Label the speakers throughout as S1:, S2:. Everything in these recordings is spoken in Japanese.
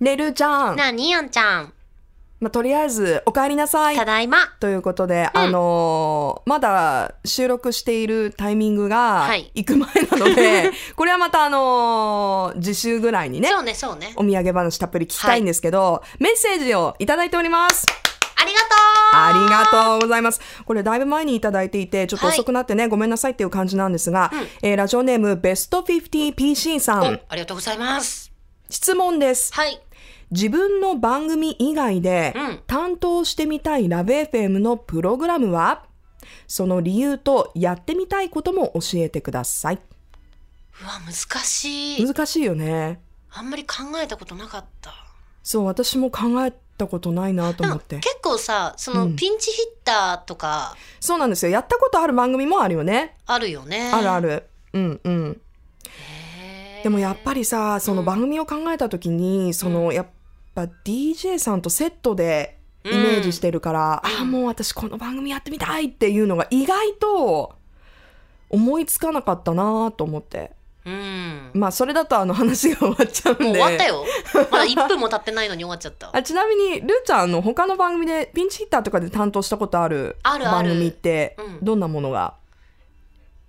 S1: レルちゃん、
S2: なあ、にやんちゃん。
S1: まあ、とりあえずお帰りなさい
S2: ただいま。
S1: ということで、
S2: うん
S1: あのーまだ収録しているタイミングが
S2: はい
S1: 行く前なので、 これはまたあのー次週ぐらいにね
S2: そうね、そうね。
S1: お土産話たっぷり聞きたいんですけど、メッセージをいただいております
S2: ありがとう
S1: ありがとうございます。これだいぶ前にいただいていて、ちょっと
S2: はい
S1: 遅くなってね、ごめんなさいっていう感じなんですが、えーラジオネームベスト 50PC さん、
S2: おありがとうございます。
S1: 質問です。
S2: はい。
S1: 自分の番組以外で
S2: うん
S1: 担当してみたいラベ FM のプログラムはその理由とやってみたいことも教えてください。
S2: うわ、難しい。
S1: 難しいよね。
S2: あんまり考えたことなかった。
S1: そう、私も考えたことないなと
S2: で
S1: 思
S2: も
S1: って。
S2: 結構さ、その、
S1: うん
S2: ピンチヒッターとか、
S1: そうなんですよ。やったことある番組もあるよね。
S2: あるよね。
S1: あるあ。る。うんうん。でもやっぱ
S2: り。
S1: りさその番組を考えた時に、そのやっぱ DJ さんとセットでイメージしてるから、
S2: うん
S1: ああもう私この番組やってみたいっていうのが意外と思いつかなかったなと思って
S2: うん。
S1: まあそれだとあの話が終わっちゃうんで
S2: もう終わったよ。まだ1分も経ってないのに終わっちゃった。
S1: あちなみにルーちゃんあの他の番組でピンチヒッターとかで担当したことある
S2: あるあ
S1: 番
S2: る
S1: 組って
S2: うん
S1: どんなものが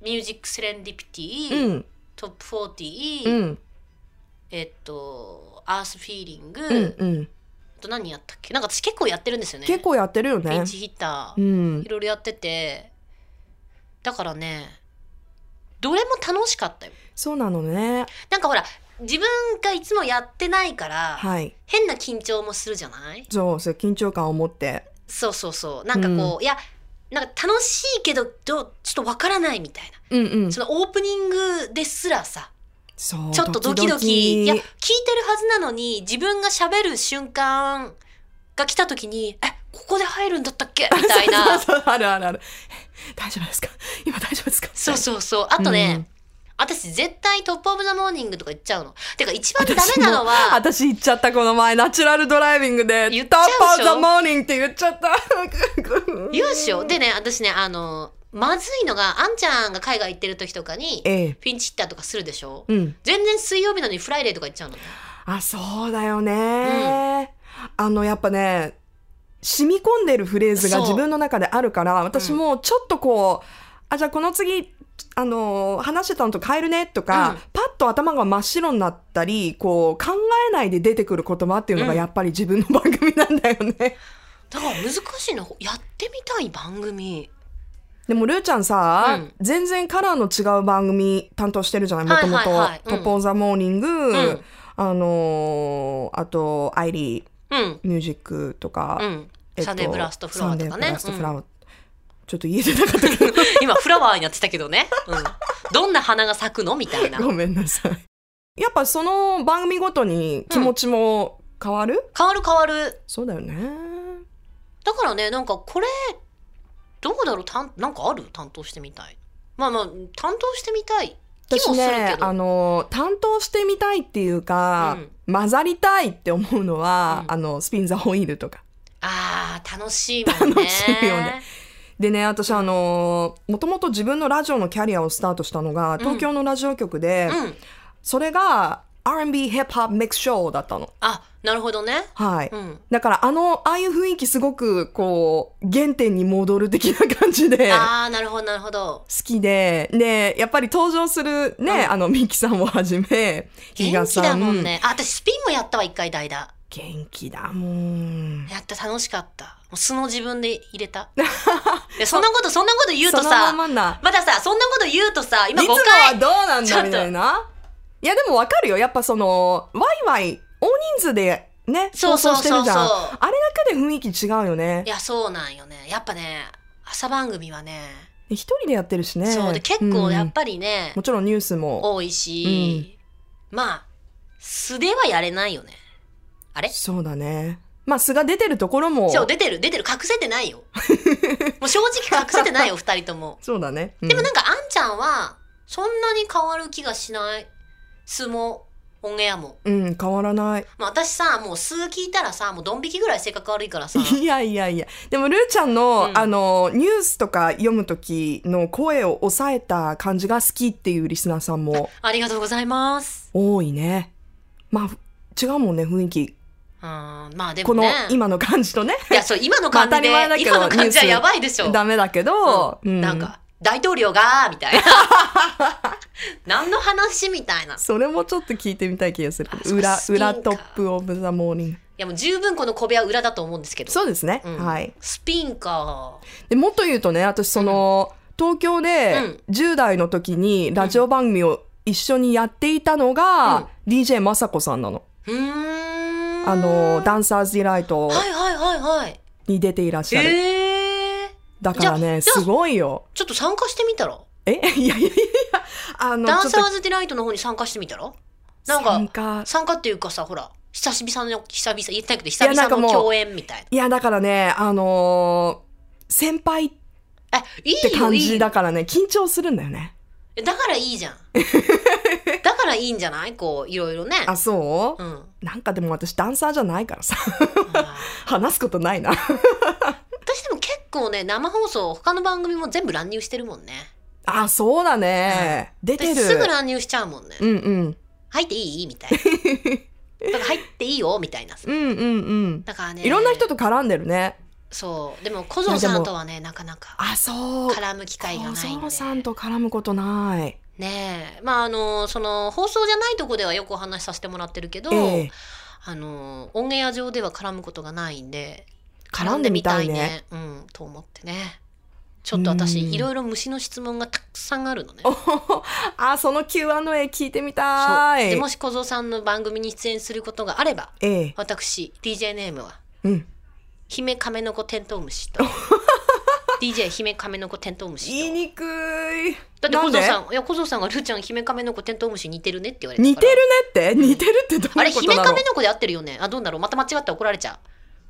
S2: ミュージックセレンディピテ
S1: う
S2: ィ、
S1: ん
S2: トップ40、
S1: うん
S2: えっと、アースフィーリング、
S1: うんうん
S2: あと何やったっけなんか私結構やってるんですよね。
S1: 結構やってるよ
S2: ピ
S1: ね
S2: ンチヒッタ
S1: う
S2: ー、
S1: ん
S2: いろいろやってて、だからね、どれも楽しかったよ。
S1: そうなのね
S2: なんかほら、自分がいつもやってないから、
S1: はい
S2: 変な緊張もするじゃない
S1: そうそう緊張感を持って
S2: そうそうそう。なんかこう、いや、なんか楽しいけど、どうちょっとわからないみたい
S1: うんうん
S2: な。そのオープニングですらさ、
S1: そう
S2: ちょっとドキドキいや聞いてるはずなのに自分が喋る瞬間が来た時にえここで入るんだったっけみたい な
S1: そうそうそうあるあるあるえ大丈夫ですか 今大丈夫ですか
S2: そう
S1: う
S2: そうそうあとね、
S1: うん
S2: 私絶対トップオブザモーニングとか言っちゃうのてか一番ダ
S1: 私
S2: メなの
S1: も
S2: は
S1: 私言っちゃったこの前ナチュラルドライビングで
S2: 言っちゃうでしょ
S1: タッパーザモーニングって言っちゃった
S2: 言うでしょでね私ねあのまずいのがあんちゃんが海外行ってる時とかに
S1: ええ
S2: ピンチヒッターとかするでしょ
S1: うん
S2: 全然水曜日なのにフライデーとか言っちゃうのね
S1: あそうだよね、あのやっぱね染み込んでるフレーズが
S2: そう
S1: 自分の中であるから私もちょっとこう、あじゃあこの次あのー話してたのと変えるねとか、
S2: うん
S1: パッと頭が真っ白になったりこう考えないで出てくる言葉っていうのが
S2: うん
S1: やっぱり自分の番組なんだよね。
S2: だから難しいのやってみたい番組
S1: でもルーちゃんさ、
S2: うん
S1: 全然カラーの違う番組担当してるじゃないも
S2: はい
S1: ともと
S2: はいはい
S1: 「
S2: う
S1: ト
S2: ん
S1: ップ・オン・ザ・モーニング」
S2: ん
S1: あのーあと「アイリー
S2: うん
S1: ミュージック」とか、
S2: うん
S1: えっと
S2: サンデーブラストフラワーとか
S1: サンデー
S2: ね
S1: ブラストフ
S2: うん
S1: ラワー、ちょっと言えてなかったけ
S2: 今フラワーになってたけどね、うん、どんな花が咲くのみたいな
S1: どごめんなさいやっぱその番組ごとに気持ちも変わる、
S2: 変わる変わる
S1: そうだよね
S2: だからねなんかこれどうだろうたんなんかある担当してみたいまあまあ担当してみたい気
S1: 私
S2: もする
S1: ね
S2: けど、
S1: あの担当してみたいっていうか、
S2: う
S1: 混ざりたいって思うのは、
S2: うん
S1: あのスピン・ザ・ホイールとか
S2: あー楽しいもんね
S1: 楽しいよねでね私あのもともと自分のラジオのキャリアをスタートしたのが東京のラジオ局で、
S2: うん
S1: それが R&B ヒップホップミックスショーだったの
S2: あなるほどね
S1: はい、
S2: うん
S1: だからあのああいう雰囲気すごくこう原点に戻る的な感じで好
S2: ああなるほどなるほど
S1: きででやっぱり登場するね、
S2: うん
S1: あのミキさんをはじめ比嘉
S2: 元気
S1: さ
S2: だ
S1: ん
S2: もんねあ私スピンもやったわ一回代打
S1: 元気だもん
S2: やった楽しかったもう素の自分で入れ たでそんなことそんなこと言うと
S1: そ
S2: さ
S1: のままな
S2: まださ、そんなこと言うとさ、今
S1: いつ
S2: 5
S1: も
S2: 回
S1: は。どうなん
S2: ちょっ
S1: だ
S2: と
S1: みたいないやでもわかるよやっぱそのワイワイ大人数でね
S2: そうそう
S1: 放送して
S2: そ
S1: る
S2: う
S1: じゃん
S2: そう。
S1: あれだけで雰囲気違うよね
S2: いや、そうなんよね。やっぱね、朝番組はね、
S1: 一人でやってるしね
S2: そうで、結構や
S1: うん
S2: っぱりね、
S1: もちろんニュースも
S2: 多いし、まあ、素ではやれないよね。え
S1: そうだねまあ素が出てるところも
S2: そう、出てる、出てる、隠せ てないよ。もう正直隠せてないよ、二人とも。
S1: そうだね。
S2: でもなんか、あんちゃんは、そんなに変わる気がしない。素も、オンエアも。
S1: うん、うん、変わらない。
S2: まあ、私さ、もう素聞いたらさ、もうドン引きぐらい性格悪いか らさ。
S1: いやいやいや。でも、ルーちゃんの、
S2: うん
S1: あの、ニュースとか読む時の声を抑えた感じが好きっていうリスナーさんも
S2: ありがとうございます。
S1: 多いね。まあ、違うもんね、雰囲気。
S2: うん、まあでも
S1: この
S2: ね。
S1: 今の感じとね、
S2: いや、そう、今の感じで、
S1: まあ当たり前だけど
S2: 今の感じは
S1: ニュース
S2: やばいでしょ。
S1: ダメだけど、う
S2: なんか、大統領が、み たいな。何の話みたいな。い
S1: それもちょっと聞いてみたい気がする
S2: あ。そう
S1: 裏
S2: ス、ピンか
S1: 裏トップオブザモーニング。
S2: や、もう十分この小部屋裏だと思うんですけど。
S1: そうですね。
S2: うん
S1: はい。
S2: スピンか。
S1: で、もっと言うとね、私その、東京で10代の時にラジオ番組を一緒にやっていたの
S2: うん
S1: が、DJ まさこさんなの。
S2: うーん。
S1: あの、
S2: は
S1: ダンサーズディライト
S2: いはいはいはい。
S1: に出ていらっしゃる。
S2: ええー。
S1: だからね、
S2: じゃあ
S1: すごいよ。
S2: ちょっと参加してみたら
S1: え いやいやいやいや、あの、
S2: ダン
S1: ち
S2: サ
S1: ょっ
S2: ーズディライトの方に参加してみたら
S1: と、
S2: なんか、
S1: か、
S2: 参加っていうかさ、ほら、久々の、久々、言ったけど、久
S1: やなんか
S2: 々
S1: も
S2: の
S1: う
S2: 共演みたい
S1: いや、だからね、あのー先輩っ
S2: な。え、い
S1: て
S2: いよ、
S1: 感
S2: いい
S1: じ
S2: よ。
S1: だからね、緊張するんだよね。
S2: だからいい じゃん。だからいいんじゃないこう、いろいろね。。
S1: あ、そううんなんかでも私ダンサーじゃないからさ、
S2: あ
S1: 話すことないな。
S2: ー私でも結構ね、生放送、他の番組も全部乱入してるもんね。
S1: あ、そうだね。出て
S2: 私
S1: る。
S2: すぐ乱入しちゃうもんね。
S1: うんうん。
S2: 入っていいみたい な。だから入っていいよみたいなさ。
S1: うんうんうん。
S2: だからね。
S1: いろんな人と絡んでるね。
S2: そう。でも、小僧さんとはね、なかなか
S1: あ、そう。
S2: 絡む機会がない
S1: 小
S2: ん
S1: 僧。
S2: で
S1: さんと絡むことない。
S2: ねえまああのその放送じゃないとこではよくお話しさせてもらってるけど、
S1: ええ
S2: あのオンエア上では絡むことがないんで
S1: 絡んでみたいね
S2: うんと思ってねちょっと私
S1: うん
S2: いろいろ虫の質問がたくさんあるのね
S1: あ、その Q&A 聞いてみた
S2: そうで
S1: い。
S2: もし小僧さんの番組に出演することがあれば
S1: ええ。
S2: 私 DJ ネームは
S1: うん。
S2: 姫カメノコテントウム シと DJ 姫カメノコテントウム
S1: 言い
S2: シ
S1: にくい。
S2: とだって
S1: な
S2: 小僧
S1: んで
S2: さんいや小僧さんが「ルーちゃん姫カメノコテントウムシ似てるね」って言われたから
S1: 似てるねって似てるってど
S2: あ
S1: うい
S2: れ、
S1: うこ
S2: 姫
S1: となの
S2: 亀の子で合ってるよね。あ、どうだろう。また間違って怒られちゃ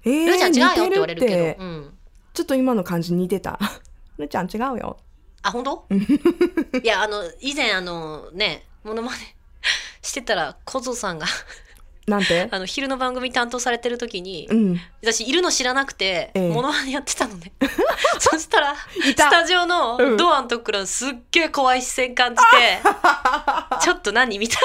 S1: え
S2: う。
S1: ー
S2: ルーちゃん違うよって言われる
S1: 似て
S2: け
S1: って
S2: ど。うん。
S1: ちょっと今の感じ似てた。 ルーちゃん違うよ。
S2: あ、本当いや、あの、以前、あの、ね、モノマネ してたら、小僧さんが、
S1: なんて
S2: あの、昼の番組担当されてる時に
S1: う、ん。
S2: 私、いるの知らなくて、
S1: ええ
S2: モノマネやってたのね。 そしたら、ス
S1: た
S2: タジオ
S1: う
S2: の
S1: ん
S2: ドアのとこからすっげえ怖い視線感じて、 ちょっと何みたい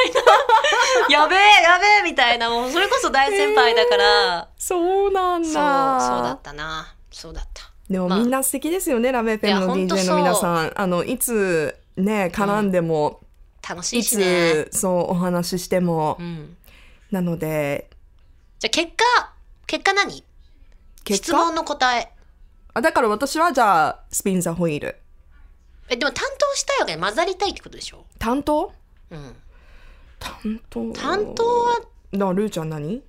S2: な。や べえ、やべえみたいな、もう、それこそ大先輩だから、
S1: そうなんだ。
S2: そう、そうだったな。そうだった。
S1: でも
S2: まあ
S1: みんな素敵ですよね、ラベフェムの
S2: いやほんと
S1: DJ
S2: そう
S1: の皆さん。あの、いつね、絡んでも、
S2: 楽しい
S1: い
S2: しね。
S1: つそうお話ししても
S2: う。ん、
S1: なので、
S2: じゃあ結果、結果何
S1: 結
S2: 質
S1: 果
S2: 問の答え。
S1: あだから私はじゃあ、スピンザホイール。
S2: え、でも担当したいわけで混ざりたいってことでしょ
S1: 担当
S2: うん。
S1: 担当。
S2: 担当は、
S1: なルーちゃん何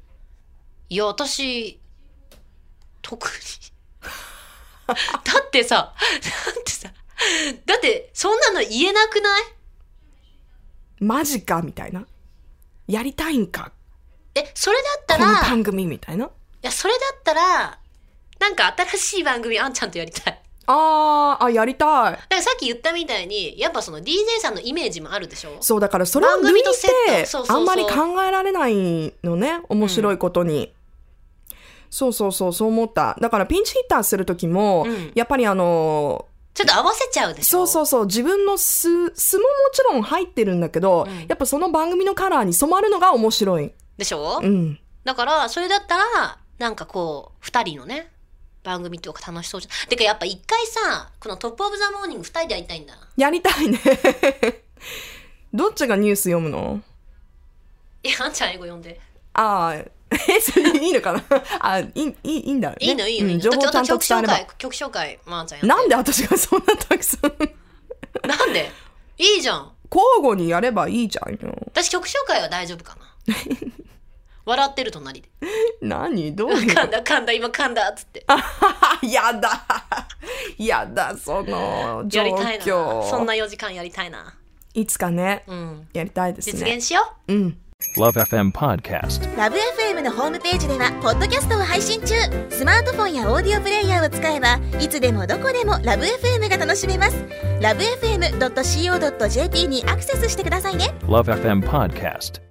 S2: いや、私、特に。 だってさ、だってさ、だってそんなの言えなくない
S1: マジかみたいな。やりたいんか
S2: え、それだった
S1: この
S2: ら、い
S1: 番組みたいな。
S2: や、それだったら、なんか新しい番組あんちゃんとやりたい。
S1: あーあ、やりたい。
S2: だからさっき言ったみたいに、やっぱその DJ さんのイメージもあるでしょ
S1: そう、だからそれを抜い
S2: 番組とセッ
S1: て
S2: トそうそう、そう
S1: あんまり考えられないのね、面白いことに。そうそうそう、そう思った。だからピンチヒッターする時も、
S2: うん
S1: やっぱりあの
S2: ちょっと合わせちゃうで
S1: ー、
S2: しょ
S1: そうそうそう、自分の素、素ももちろん入ってるんだけど、
S2: うん
S1: やっぱその番組のカラーに染まるのが面白い。
S2: でしょ、
S1: うん。
S2: だから、それだったら、なんかこう、二人のね、番組とか楽しそうじゃん。てかやっぱ一回さ、このトップオブザモーニング二人でやりたいんだ。
S1: やりたいね。 どっちがニュース読むの
S2: え、あんちゃん英語読んで。
S1: ああ、え、それいいのかな あ、いい、いいいいんだ、ね。
S2: いいのいいの
S1: う
S2: いい
S1: ん
S2: の。
S1: 情報
S2: だ
S1: ちゃん
S2: って
S1: と
S2: 曲
S1: 伝わ
S2: 紹
S1: れば
S2: 介、。曲紹介、まー、ちゃんやって。
S1: なんで私がそんなたくさん
S2: なんでいいじゃん。
S1: 交互にやればいいじゃんよ。
S2: 私曲紹介は大丈夫か な。笑ってる隣で。
S1: 何どういう
S2: 噛んだ噛んだ、今噛んだっつって。
S1: あ やだやだその状
S2: やりたいな。そん
S1: 況
S2: な4時間やりたいな。
S1: いつかね
S2: うん。
S1: やりたいです
S2: 実
S1: ね
S2: 現しよう。
S1: うん
S3: Love FM Podcast.
S4: ラブ f m のホームページではポッドキャストを配信中スマートフォンやオーディオプレイヤーを使えばいつでもどこでもラブ f m が楽しめますラブ FM.co.jp にアクセスしてくださいね
S3: Love FM Podcast.